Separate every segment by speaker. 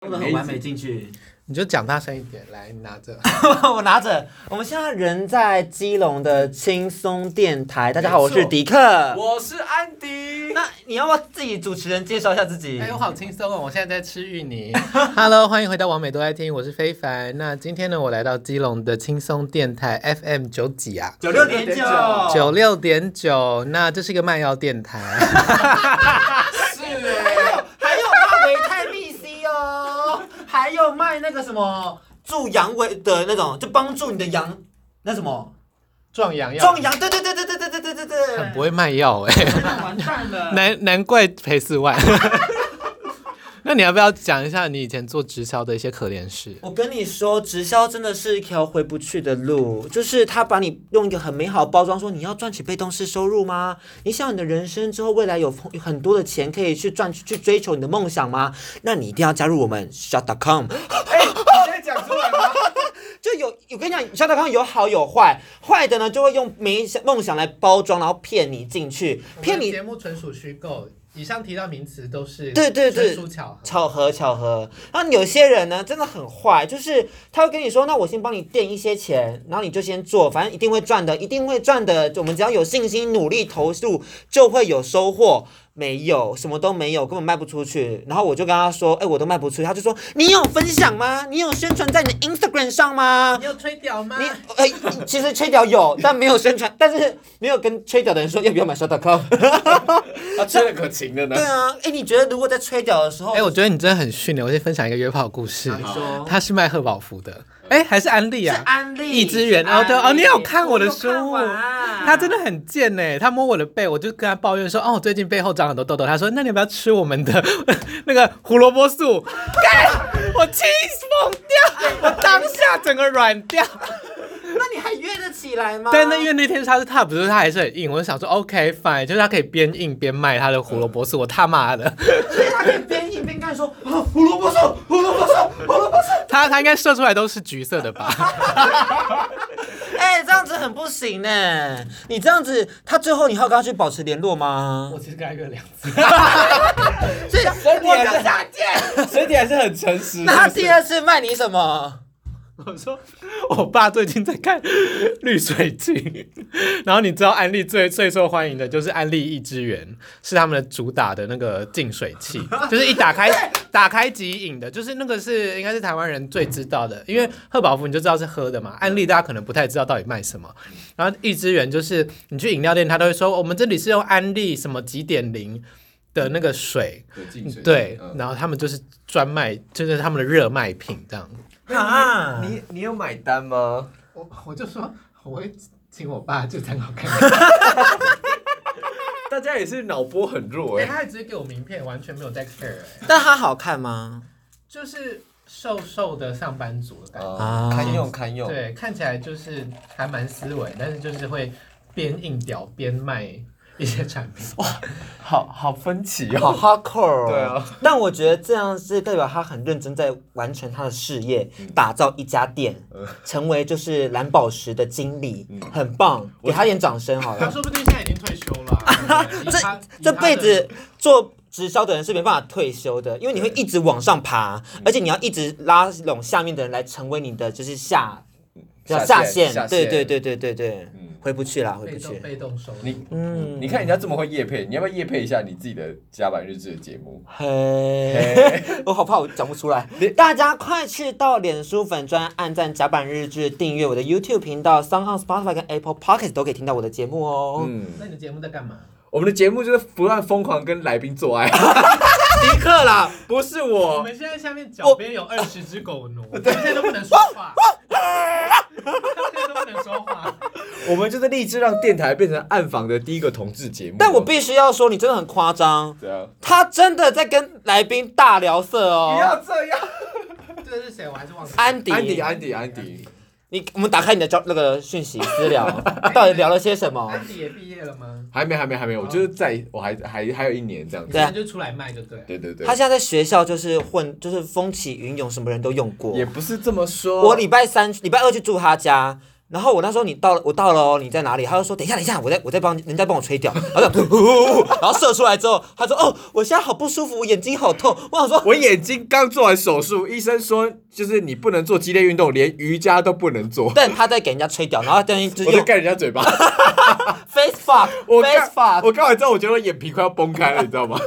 Speaker 1: 我们很完美进去，
Speaker 2: 你就讲大声一点，来，你拿着。
Speaker 3: 我拿着，我们现在人在基隆的轻松电台。大家好，
Speaker 2: 没
Speaker 3: 我
Speaker 2: 错
Speaker 3: 是迪克。
Speaker 1: 我是安迪。
Speaker 3: 那你要不要自己主持人介绍一下自己？
Speaker 2: 哎，我好轻松哦！我现在在吃芋泥。Hello，欢迎回到王美都爱听，我是非凡。那今天呢，我来到基隆的轻松电台 FM 九几啊，
Speaker 1: 九六点九，
Speaker 2: 九六点九。那这是一个卖药电台，
Speaker 1: 是哎，
Speaker 3: 还有卖维他命 C 哦，还有卖那个什么助阳痿的那种，就帮助你的阳那什么
Speaker 2: 壮阳药，
Speaker 3: 壮阳。对对对对对对对对对
Speaker 2: 很
Speaker 3: 对。
Speaker 2: 不会卖药哎、
Speaker 1: 完蛋了。
Speaker 2: 难难怪赔四万。 那你要不要讲一下你以前做直销的一些可怜事？
Speaker 3: 我跟你说，直销真的是一条回不去的路，就是他把你用一个很美好的包装，说你要赚取被动式收入吗？你想你的人生之后未来有丰有很多的钱可以去赚去追求你的梦想吗？那你一定要加入我们 shut.com，
Speaker 1: 哎，你现在讲出来吗？
Speaker 3: 就有我跟你讲，shut.com 有好有坏，坏的呢就会用没梦想来包装，然后骗你进去，骗你
Speaker 2: 节目纯属虚构，以上提到名词都是
Speaker 3: 对对对纯属
Speaker 2: 巧合。
Speaker 3: 巧合，巧合。然后有些人呢，真的很坏，就是他会跟你说，那我先帮你垫一些钱，然后你就先做，反正一定会赚的，一定会赚的。我们只要有信心，努力投入，就会有收获。没有，什么都没有，根本卖不出去。然后我就跟他说，哎，我都卖不出去。他就说，你有分享吗？你有宣传在你的 Instagram 上吗？
Speaker 2: 你有吹屌吗
Speaker 3: 你哎、其实吹屌有，但没有宣传，但是没有跟吹屌的人说要不要买 shut.com。
Speaker 1: 他吹的可啊勤了呢
Speaker 3: 对。啊，哎，你觉得如果在吹屌的时 候，
Speaker 2: 哎、我觉得你真的很逊的。我先分享一个约炮故事，
Speaker 3: 你说
Speaker 2: 他是卖贺宝福的，哎、还是安利
Speaker 3: 是
Speaker 2: 啊？
Speaker 3: 安利
Speaker 2: 一只人哦，对哦，你有看我的书？他
Speaker 3: 他
Speaker 2: 真的很贱呢、他摸我的背，我就跟他抱怨说：“哦，我最近背后长很多痘痘。”他说：“那你要不要吃我们的那个胡萝卜素？”干，我气疯掉，我当下整个软掉。
Speaker 3: 那你还约得起来吗？
Speaker 2: 但那因为那天他是他不是他还是很硬，我就想说 OK fine，就是他可以边硬边卖他的胡萝卜素，我他妈的，
Speaker 3: 所以他可以边硬边干说啊，胡萝卜素，胡萝卜素，胡萝卜素。
Speaker 2: 他他应该射出来都是橘色的吧？
Speaker 3: 哎、这样子很不行呢、你这样子，他最后你还要跟他去保持联络吗？
Speaker 2: 其实跟他约两次，
Speaker 3: 所以
Speaker 1: 身体
Speaker 3: 我
Speaker 1: 还是
Speaker 3: 就想见。
Speaker 1: 身体还是很诚实。
Speaker 3: 那他第二次卖你什么？
Speaker 2: 我说我爸最近在看绿水晶，然后你知道安利最最受欢迎的就是安利益之源，是他们的主打的那个净水器，就是一打 开打开即饮的，就是那个是应该是台湾人最知道的，因为贺宝福你就知道是喝的嘛，安利大家可能不太知道到底卖什么，然后益之源就是你去饮料店，他都会说我们这里是用安利什么几点零的那个水，对，嗯
Speaker 1: 嗯
Speaker 2: 然后他们就是专卖，就是他们的热卖品这样。
Speaker 3: 啊，
Speaker 1: 你你有买单吗？
Speaker 2: 我我就说我会请我爸就参考看，
Speaker 1: 大家也是脑波很弱哎。
Speaker 2: 他还直接给我名片，完全没有在 care，、哎
Speaker 3: 但他好看吗？
Speaker 2: 就是瘦瘦的上班族的感觉，
Speaker 3: 啊
Speaker 1: 堪用堪用。
Speaker 2: 对，看起来就是还蛮斯文，但是就是会边硬屌边卖一些产品。
Speaker 1: 好好分歧
Speaker 3: 好。hardcore，、哦、
Speaker 1: 对啊。
Speaker 3: 但我觉得这样是代表他很认真在完成他的事业，打造一家店，成为就是蓝宝石的经理，很棒，给嗯他点掌声好
Speaker 2: 他
Speaker 3: 了。
Speaker 2: 说不定现在已经退休了 啊、对不对以他以
Speaker 3: 这
Speaker 2: 他
Speaker 3: 辈
Speaker 2: 的
Speaker 3: 子做直销的人是没办法退休的，因为你会一直往上爬，
Speaker 2: 嗯
Speaker 3: 而且你要一直拉拢下面的人来成为你的就是下叫下线，对对。对对对对，
Speaker 1: 嗯
Speaker 3: 回不去啦，回
Speaker 2: 被
Speaker 3: 不
Speaker 2: 动
Speaker 3: 去。
Speaker 2: 被动收入。
Speaker 1: 你
Speaker 3: 嗯
Speaker 1: 你看人家这么会夜配，你要不要夜配一下你自己的甲板日志的节目？
Speaker 3: 嘿，我好怕我讲不出来。大家快去到脸书粉专按赞、甲板日志、订阅我的 YouTube 频道、s o u n Spotify 跟 Apple Podcast 都可以听到我的节目哦。
Speaker 1: 嗯，
Speaker 2: 那你的节目在干嘛？
Speaker 1: 我们的节目就是不断疯狂跟来宾做爱，
Speaker 3: 迪克啦，
Speaker 1: 不是
Speaker 2: 我
Speaker 1: 我。
Speaker 2: 们现在下面脚边有二十只狗 奴，我们现在都不能说 话，现在都不能说话。
Speaker 1: 我们就是立志让电台变成暗访的第一个同志节目。
Speaker 3: 但我必须要说，你真的很夸张，
Speaker 1: 对啊，
Speaker 3: 他真的在跟来宾大聊色哦。
Speaker 1: 这样。
Speaker 2: 这个是谁？我还是忘记了。
Speaker 3: 安迪，
Speaker 1: 安迪，安迪，安迪，
Speaker 3: 你我们打开你的交那个讯息私聊，到底聊了些什么？
Speaker 2: 安迪也毕业了吗？
Speaker 1: 还没，还没，还没，我就是在，我还还还有一年这样
Speaker 2: 你
Speaker 1: 子。
Speaker 3: 对啊
Speaker 2: 现在就出来卖就对了。
Speaker 1: 对对对
Speaker 3: 他，现在在学校就是混，就是风起云涌，什么人都用过。
Speaker 1: 也不是这么说。
Speaker 3: 我礼拜三、礼拜二去住他家，然后我那时候你到了，我到了哦，你在哪里？他就说等一下，等一下，我在我在帮人家帮我吹掉，然后就呼呼呼然后射出来之后，他说哦，我现在好不舒服，我眼睛好痛。我想说
Speaker 4: 我眼睛刚做完手术，医生说就是你不能做激烈运动，连瑜伽都不能做。
Speaker 3: 但他在给人家吹掉，然后等于就
Speaker 4: 我在
Speaker 3: 用
Speaker 4: 盖人家 嘴巴，
Speaker 3: face fuck
Speaker 4: 我
Speaker 3: face
Speaker 4: 刚
Speaker 3: fuck，
Speaker 4: 我刚完之后，我觉得我眼皮快要崩开了，你知道吗？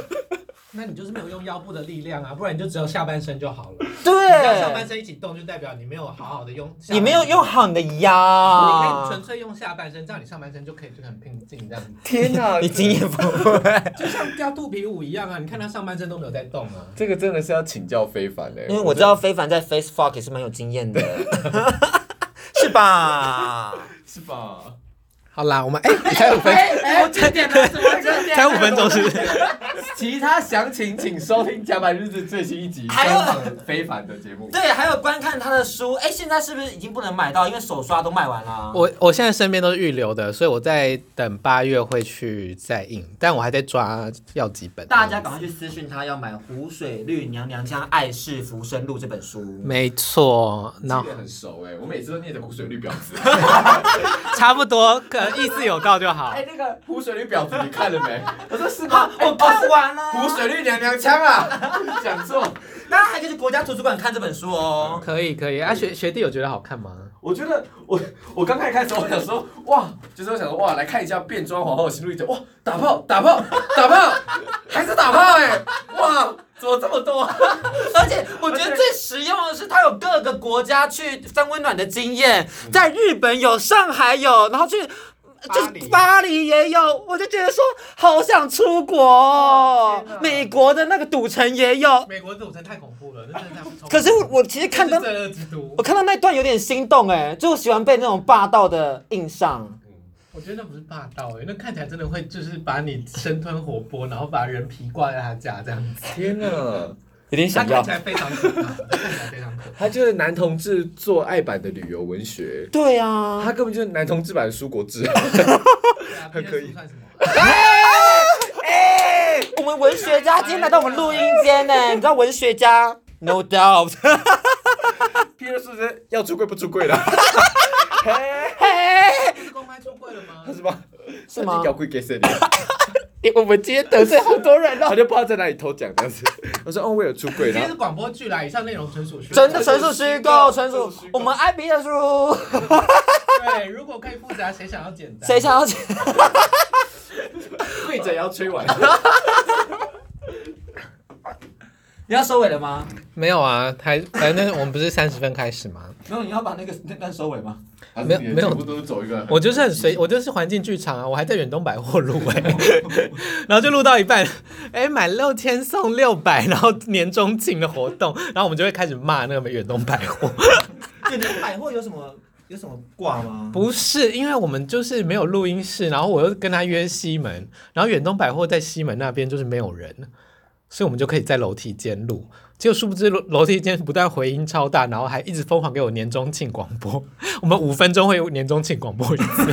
Speaker 2: 那你就是没有用腰部的力量啊，不然你就只有下半身就好了。你只要上半
Speaker 3: 对，
Speaker 2: 身一起动，就代表你没有好好的用，啊
Speaker 3: 你没有用，好你的
Speaker 2: 你可以
Speaker 3: 腰
Speaker 2: 纯，粹用下半身，这样你上半身就可以就很拼劲这样子，
Speaker 1: 天哪，
Speaker 3: 你经验丰富。
Speaker 2: 就像跳肚皮舞一样啊！你看他上半身都没有在动啊。
Speaker 1: 这个真的是要请教非凡
Speaker 4: 欸
Speaker 1: 嘞、
Speaker 3: 因为我知道非凡在 Face Fuck 也是蛮有经验的， 是吧？
Speaker 1: 是吧？
Speaker 2: 好啦，我们哎、才五分，
Speaker 1: 哎，我这点
Speaker 2: 啊
Speaker 1: 了，我这点
Speaker 2: 才五分钟是不是？
Speaker 1: 其他详情请收听《甲板日志》最新一 集，
Speaker 3: 还有
Speaker 1: 专访非凡的 节目。
Speaker 3: 对，还有观看他的书，哎，现在是不是已经不能买到？因为手刷都卖完了。
Speaker 2: 我我现在身边都是预留的，所以我在等八月会去再印，但我还在抓要几本。
Speaker 3: 大家赶快去私讯他，要买《湖水绿娘娘腔爱是浮生录》这本书。
Speaker 2: 没错，那、
Speaker 1: 这个很熟哎、我每次都念着“湖水绿婊 子
Speaker 2: 差不多，可能意思有到就”。好
Speaker 1: 哎，那个“湖水绿婊子”你看了没？ 哎我说是
Speaker 3: 啊
Speaker 1: 吗？，
Speaker 2: 哎
Speaker 3: 我
Speaker 2: 哦
Speaker 3: 看完了。
Speaker 1: 湖水绿娘娘腔啊！讲错，
Speaker 3: 大家还可以去国家图书馆看这本书哦。
Speaker 2: 可以可以。啊，学学弟有觉得好看吗？
Speaker 1: 我觉得我我刚开始我想说哇，就是我想说哇，来看一下变装皇后的心路历程，哇，打炮打炮打炮，还是打炮哎、哇，怎么这么多？啊
Speaker 3: 而且我觉得最实用的是，它有各个国家去三温暖的经验，在日本有，上海有，然后去。就是巴黎也有，我就觉得说好想出国、哦，美国的那个赌城也有。
Speaker 2: 美国这种真太恐怖了，真的太恐怖。
Speaker 3: 可是我我其实看到
Speaker 2: 罪恶之都
Speaker 3: 我，看到那段有点心动哎，就我喜欢被那种霸道的印上。
Speaker 2: 我觉得那不是霸道哎、那看起来真的会就是把你生吞活剥，然后把人皮挂在他家这样子。
Speaker 1: 天哪！
Speaker 3: 有点
Speaker 2: 他看起来非常可怕，看起来非常可怕。
Speaker 4: 他就是男同志做爱版的旅游文学，
Speaker 3: 对啊，
Speaker 4: 他根本就是男同志版的《蔬果志》
Speaker 2: 对 啊
Speaker 4: 很可以
Speaker 2: 别的书算什么？
Speaker 3: 哎我们文学家今天来到我们录音间呢，你知道文学家？No doubt。
Speaker 4: 皮特是不是要出柜不出柜 了？
Speaker 2: 不是公开出柜了 吗？
Speaker 4: 是吧？
Speaker 3: 是吗
Speaker 4: 他已经摇柜给谁的？
Speaker 2: 欸
Speaker 3: 我们今天得罪好多人
Speaker 4: 他就不知道在哪里偷讲这样子。我说哦，我有出柜
Speaker 2: 今天
Speaker 4: 了
Speaker 2: 是。广播剧啦，以上内容纯属虚构
Speaker 3: 真的纯属虚构，纯属我们爱彼的 书。
Speaker 2: 对，如果可以复杂，谁想要简单？
Speaker 3: 谁想要去？
Speaker 1: 跪着也要吹完。
Speaker 3: 你要收尾了吗？
Speaker 2: 没有啊，还反正我们不是三十分开始吗？
Speaker 3: 没有，你要把那个那段收尾吗？
Speaker 1: 还
Speaker 2: 没有
Speaker 1: 是你的
Speaker 2: 没有
Speaker 1: 全部都是走一个。
Speaker 2: 我就是很 随，我就是环境剧场啊，我还在远东百货录 哎、然后就录到一半，哎、满六千送六百，然后年终庆的活动，然后我们就会开始骂那个远东百货，
Speaker 3: 远东百货有什么有什么挂吗？
Speaker 2: 不是因为我们就是没有录音室，然后我又跟他约西门，然后远东百货在西门那边就是没有人，所以我们就可以在楼梯间录。结果殊不知楼楼梯间不但回音超大，然后还一直疯狂给我年终庆广播， 我们五分钟会有年终庆广播一次，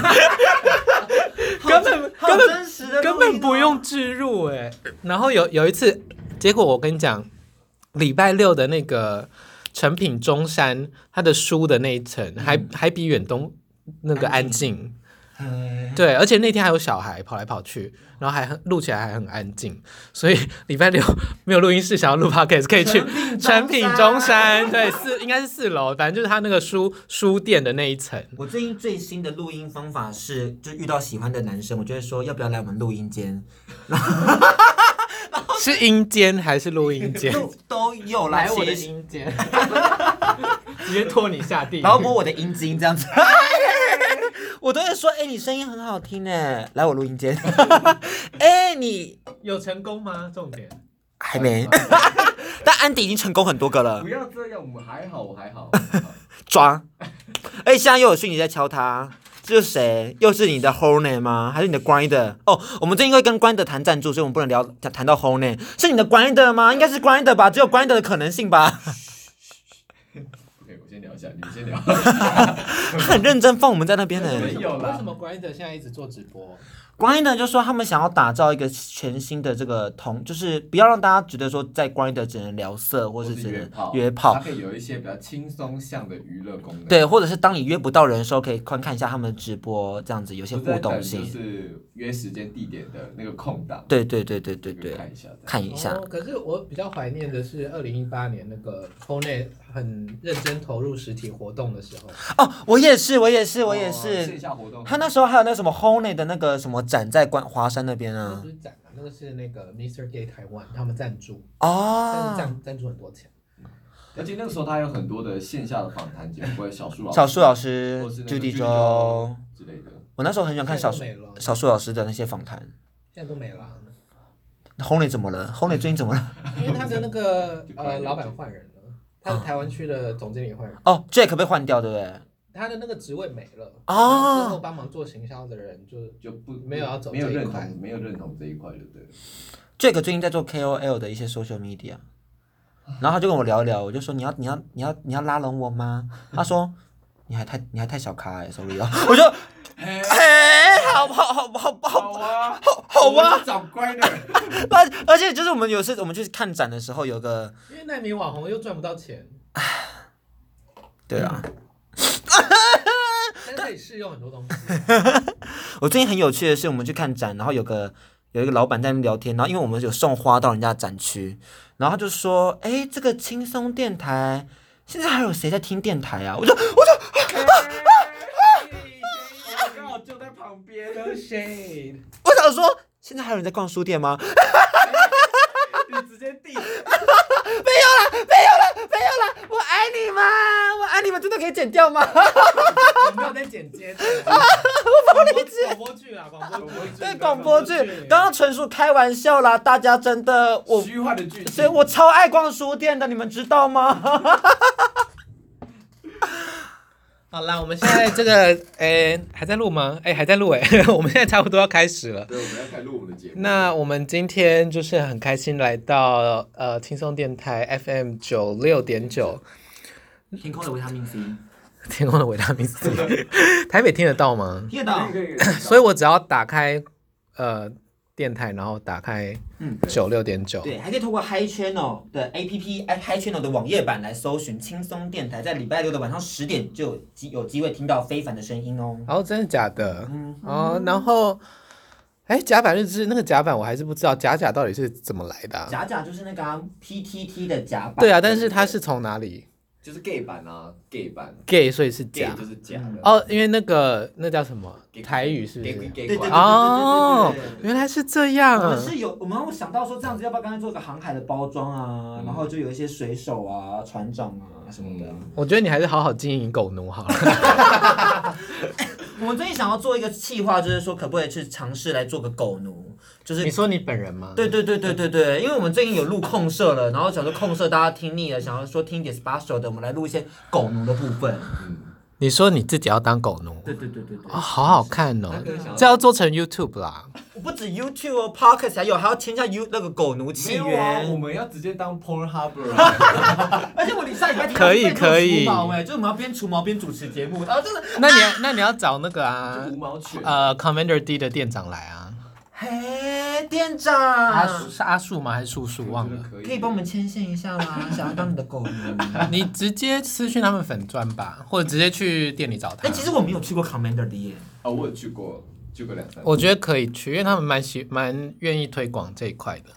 Speaker 2: 根本
Speaker 3: 好
Speaker 2: 根本
Speaker 3: 真实的录音哦，
Speaker 2: 根本不用置入哎、然后有有一次，结果我跟你讲，礼拜六的那个成品中山，它的书的那一层还、还比远东那个安静。
Speaker 3: 嗯。
Speaker 2: 对，而且那天还有小孩跑来跑去，然后还很录起来还很安静，所以礼拜六没有录音室，想要录 podcast 可以去成品中山，对，四应该是四楼，反正就是他那个书书店的那一 层。
Speaker 3: 我最近最新的录音方法是，就遇到喜欢的男生，我就会说要不要来我们录音间，
Speaker 2: 是阴间还是录音间？
Speaker 3: 都都有啦，其实
Speaker 2: 阴间， 直接拖你下地
Speaker 3: 然后摸我的阴茎这样 子，我都会说，哎、你声音很好听哎，来我录音 间，哎、你
Speaker 2: 有成功吗？重点。
Speaker 3: 还没，但安迪已经成功很多个了
Speaker 1: 不，要这样，我还好，我还好。
Speaker 3: 抓，哎，现在又有讯息在敲他。这是谁？又是你的 h o r n e 吗？还是你的 Grinder？哦，我们最近会跟 Grinder 谈赞助，所以我们不能聊谈谈到 h o r n e 是你的 Grinder 吗？应该是 Grinder 吧，只有 Grinder 的可能性吧。
Speaker 1: OK，我先聊一下，你们先聊。
Speaker 3: 他很认真放我们在那边呢、
Speaker 1: 没有啦
Speaker 2: 为什么 Grinder 现在一直做直播？
Speaker 3: 关一德就说他们想要打造一个全新的这个同，就是不要让大家觉得说在关一德只能聊色或
Speaker 1: 或
Speaker 3: 是
Speaker 1: 是
Speaker 3: 只
Speaker 1: 约
Speaker 3: 能
Speaker 1: 炮，
Speaker 3: 约炮
Speaker 1: 它，可以有一些比较轻松向的娱乐功能，
Speaker 3: 对，或者是当你约不到人的时候，可以观看一下他们的直播，这样子有些
Speaker 1: 不
Speaker 3: 互
Speaker 1: 在等
Speaker 3: 动
Speaker 1: 就
Speaker 3: 性。
Speaker 1: 是约时间地点的那个空档，
Speaker 3: 对对对对对
Speaker 1: 就
Speaker 3: 对，
Speaker 1: 看一下这样。
Speaker 3: 看一下
Speaker 2: 哦。可是我比较怀念的是二零一八年那个 Pone 很认真投入实体活动的时候，
Speaker 3: 哦，我也是，我也是，我也
Speaker 1: 哦线
Speaker 3: 是。
Speaker 1: 下活动，
Speaker 3: 他那时候还有那什么 Honey 的那个什么展在关华山那边
Speaker 2: 那
Speaker 3: 啊
Speaker 2: 不。是展啊，那个是那个 Mr. Gay 台湾他们赞助，但是
Speaker 3: 哦，
Speaker 2: 赞赞助很多钱。
Speaker 1: 而且那个时候他有很多的线下的访谈节目，或者小树老师
Speaker 3: 小树老师
Speaker 1: 或是那个
Speaker 3: Judy
Speaker 1: Judy
Speaker 3: 周，
Speaker 1: 之类的。
Speaker 3: 我那时候很喜欢看小
Speaker 2: 现
Speaker 3: 树
Speaker 2: 在都没了，
Speaker 3: 小树老师的那些访谈。
Speaker 2: 现在都没了啊，
Speaker 3: Honey 怎么了？Honey 最近怎么了？
Speaker 2: 因为他的那 个
Speaker 1: 就快
Speaker 2: 呃
Speaker 1: 了
Speaker 2: 老板换人了，
Speaker 3: 啊
Speaker 2: 他的台湾区的总经理换人，
Speaker 3: 哦，Jack 被换掉，对不对？
Speaker 2: 他的那个职位没了，
Speaker 3: 哦
Speaker 2: 之后帮忙做行销的人就
Speaker 1: 就不
Speaker 2: 没有要走
Speaker 1: 没有
Speaker 2: 这一
Speaker 1: 认
Speaker 2: 块
Speaker 1: 同，没有认同这一块就 对了。
Speaker 3: Jack 最近在做 KOL 的一些 social media，然后他就跟我聊一聊，我就说你要你要你要你要拉拢我吗？他说你还太你还太小咖哎、欸、，sorry 哦，我就
Speaker 1: 嘿
Speaker 3: 哎、好好好好好
Speaker 1: 好啊，
Speaker 3: 好
Speaker 1: 我们
Speaker 3: 啊，
Speaker 1: 是长乖的，
Speaker 3: 而而且就是我们有时我们去看展的时候，有个
Speaker 2: 因为奈米网红又赚不到钱，
Speaker 3: 对啊，
Speaker 1: 嗯
Speaker 2: 但是可以试用很多东 西。
Speaker 3: 我最近很有趣的是，我们去看展，然后有个有一个老板在那边聊天，然后因为我们有送花到人家的展区，然后他就说，哎，这个轻松电台现在还有谁在听电台啊？我就
Speaker 1: 我刚好就在旁 边。
Speaker 2: No shade，
Speaker 3: 我想说，现在还有人在逛书店吗？
Speaker 1: 你直接递，
Speaker 3: 我爱你们，我爱你们，真的可以剪 掉吗？
Speaker 2: 我没有在剪接的，我帮你剪。广播剧啊，广播剧。
Speaker 3: 对，广播剧刚刚纯属开玩笑啦，大家真的我，
Speaker 1: 虚幻的剧
Speaker 3: 所以
Speaker 1: 情。
Speaker 3: 我超爱逛书店的，你们知道吗？
Speaker 2: 好啦，我们现在这个，诶、还在录吗？哎诶、还在录诶、 我们现在差不多要开始了。
Speaker 1: 对，我们要开录我们的节目。
Speaker 2: 那我们今天就是很开心来到呃轻松电台 FM 九六点 九
Speaker 3: 天空的维他命 C，
Speaker 2: 天空的维他命 C，台北听得到吗？
Speaker 3: 听得
Speaker 1: 可以可以可以，
Speaker 2: 所以我只要打开呃电台，然后打开
Speaker 3: 嗯
Speaker 2: 九六点九，
Speaker 3: 对，还可以透过 Hi Channel 的 APP、Hi 哎 Channel 的网页版来搜寻轻松电台，在礼拜六的晚上十点就有机有机会听到非凡的声音哦。
Speaker 2: 哦，真的假的？
Speaker 3: 嗯
Speaker 2: 哦，然后，哎，甲板日志那个甲板我还是不知道甲甲到底是怎么来的、啊。
Speaker 3: 假假就是那个、啊、PTT 的甲板，
Speaker 2: 对啊，但是它是从哪里
Speaker 1: 就是 gay 版啊，gay 版
Speaker 2: gay，所以是
Speaker 1: ，gay
Speaker 2: 甲
Speaker 1: 就。是假的。
Speaker 2: 哦，因为那个那叫什么
Speaker 1: gay
Speaker 2: 台语是不是？
Speaker 1: gay
Speaker 3: 对对
Speaker 1: gay
Speaker 3: 对对对对对对
Speaker 1: 馆
Speaker 3: 对
Speaker 2: 哦
Speaker 3: 对对对
Speaker 2: 原来是这样
Speaker 3: 我
Speaker 2: 啊
Speaker 3: 们！是有，我们有想到说这样子，要不要干脆做个航海的包装
Speaker 2: 嗯
Speaker 3: 啊？然后就有一些水手啊、船长啊什么的。
Speaker 2: 我觉得你还是好好经营狗奴好了。
Speaker 3: 我们最近想要做一个企划，就是说可不可以去尝试来做个狗奴，就是
Speaker 2: 你。说你本人 吗？
Speaker 3: 对对对对对对，因为我们最近有录控社了，然后想说控社大家听腻了，想要说听一点 special 的，我们来录一些狗奴的部分。
Speaker 2: 你说你自己要当狗奴
Speaker 3: 对对对对对，
Speaker 2: 啊、哦，好好看哦
Speaker 1: 他可能想！要
Speaker 2: 这要做成 YouTube 啦。
Speaker 3: 我不止 YouTube 哦，Podcast 还有，还要签下 U 那个狗奴契
Speaker 1: 没有啊，我
Speaker 3: 约。
Speaker 1: 们要直接当 Porn Harbor 啊。
Speaker 3: 而且我礼拜礼拜天
Speaker 2: 可以
Speaker 3: 要去被做
Speaker 2: 可以
Speaker 3: 除毛哎，就是我们要边除毛边主持节目，然后真的
Speaker 2: 那你要那你要找那
Speaker 1: 就
Speaker 2: 个啊
Speaker 1: 无，毛犬，
Speaker 2: 呃，Commander D 的店长来啊。
Speaker 3: 嘿，店
Speaker 5: 嗯
Speaker 2: 阿
Speaker 3: 长
Speaker 2: 树，是阿树吗？还是树树？
Speaker 1: 我
Speaker 2: 忘
Speaker 1: 觉得
Speaker 2: 了。
Speaker 1: 可以
Speaker 3: 可以帮我们牵线一下吗？想要当你的狗奴。
Speaker 2: 你直接私讯他们粉钻吧，或者直接去店里找他。
Speaker 3: 哎、其实我没有去过 Commander 的耶。
Speaker 1: 啊，我有去过，去过两三次。
Speaker 2: 我觉得可以去，因为他们蛮喜蛮愿意推广这一块的。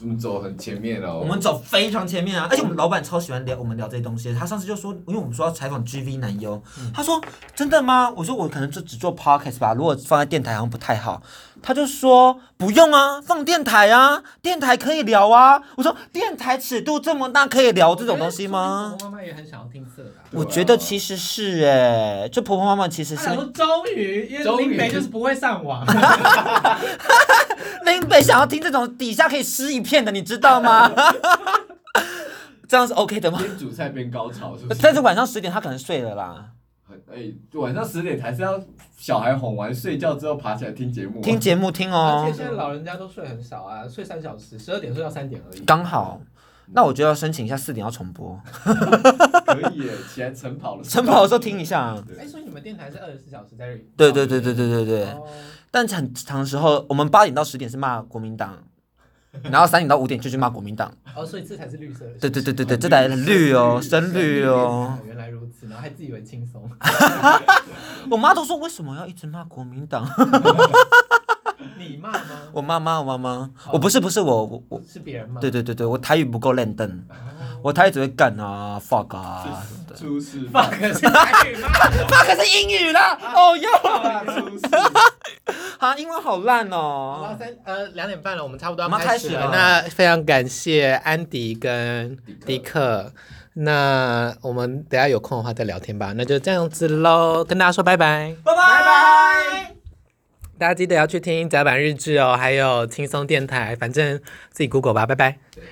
Speaker 1: 我们走很前面哦。
Speaker 3: 我
Speaker 2: 嗯
Speaker 3: 们走非常前面啊，而且我们老板超喜欢聊我们聊这些东西。他上次就说，因为我们说要采访 GV 男优，
Speaker 2: 嗯
Speaker 3: 他说真的吗？我说我可能就只做 podcast 吧，如果放在电台好像不太好。他就说不用啊，放电台啊，电台可以聊啊。我说电台尺度这么大，可以聊这种东西吗？
Speaker 2: 我妈妈也很想要听色
Speaker 1: 对
Speaker 2: 的、
Speaker 1: 啊
Speaker 3: 我觉得其实是哎、就婆婆妈妈其实是
Speaker 2: 想说终于，因为
Speaker 1: 终于
Speaker 2: 林北就是不会上网，
Speaker 3: 哦 林北想要听这种底下可以湿一片的，你知道吗？ 这样是 OK 的吗？
Speaker 1: 边煮菜边高潮，是不是？
Speaker 3: 但是晚上十点他可能睡了啦。
Speaker 1: 很哎、晚上十点还是要小孩哄完睡觉之后爬起来听节目、啊。
Speaker 3: 听节目听
Speaker 2: 而
Speaker 3: 哦
Speaker 2: 且，现在老人家都睡很少啊，睡三小时，十二点睡到三点而已。
Speaker 3: 刚好。那我就要申请一下四点要重播，
Speaker 1: 可以耶，起来晨跑了，
Speaker 3: 晨跑的时候听一下啊。
Speaker 1: 对
Speaker 5: 哎，所以你们电台是二十四小时在日语？
Speaker 3: 对对对对对对对。
Speaker 5: 哦。
Speaker 3: 但很长时候，我们八点到十点是骂国民党，然后三点到五点就去骂国民党。
Speaker 5: 哦，所以这才是绿色的。
Speaker 3: 对对对对对，这台很绿哦，深绿哦。。
Speaker 5: 原来如此，然后还自以为轻松。
Speaker 3: 我妈都说为什么要一直骂国民党？
Speaker 5: 你骂吗？
Speaker 3: 我妈妈，我妈妈，我不是不是我我我，
Speaker 5: 是别人骂。
Speaker 3: 对对对对，我台语不够练登，我台语只会干啊 fuck 啊什么的。
Speaker 1: 出事吧，
Speaker 5: ，fuck 是台语骂。
Speaker 3: fuck 是英语啦，哦哟，
Speaker 1: 出事，
Speaker 3: 啊英文好烂
Speaker 5: 好了，
Speaker 3: 哦。
Speaker 5: 三呃两点半了，我们差不多要
Speaker 3: 我们
Speaker 5: 开始
Speaker 3: 开始
Speaker 5: 了。
Speaker 3: 了
Speaker 2: 那非常感谢安迪跟迪克。那我们等一下有空的话再聊天吧，那就这样子喽，跟大家说拜拜，
Speaker 3: 拜拜。
Speaker 2: 大家记得要去听甲板日志哦，还有轻松电台，反正自己 Google 吧，拜拜。
Speaker 1: 对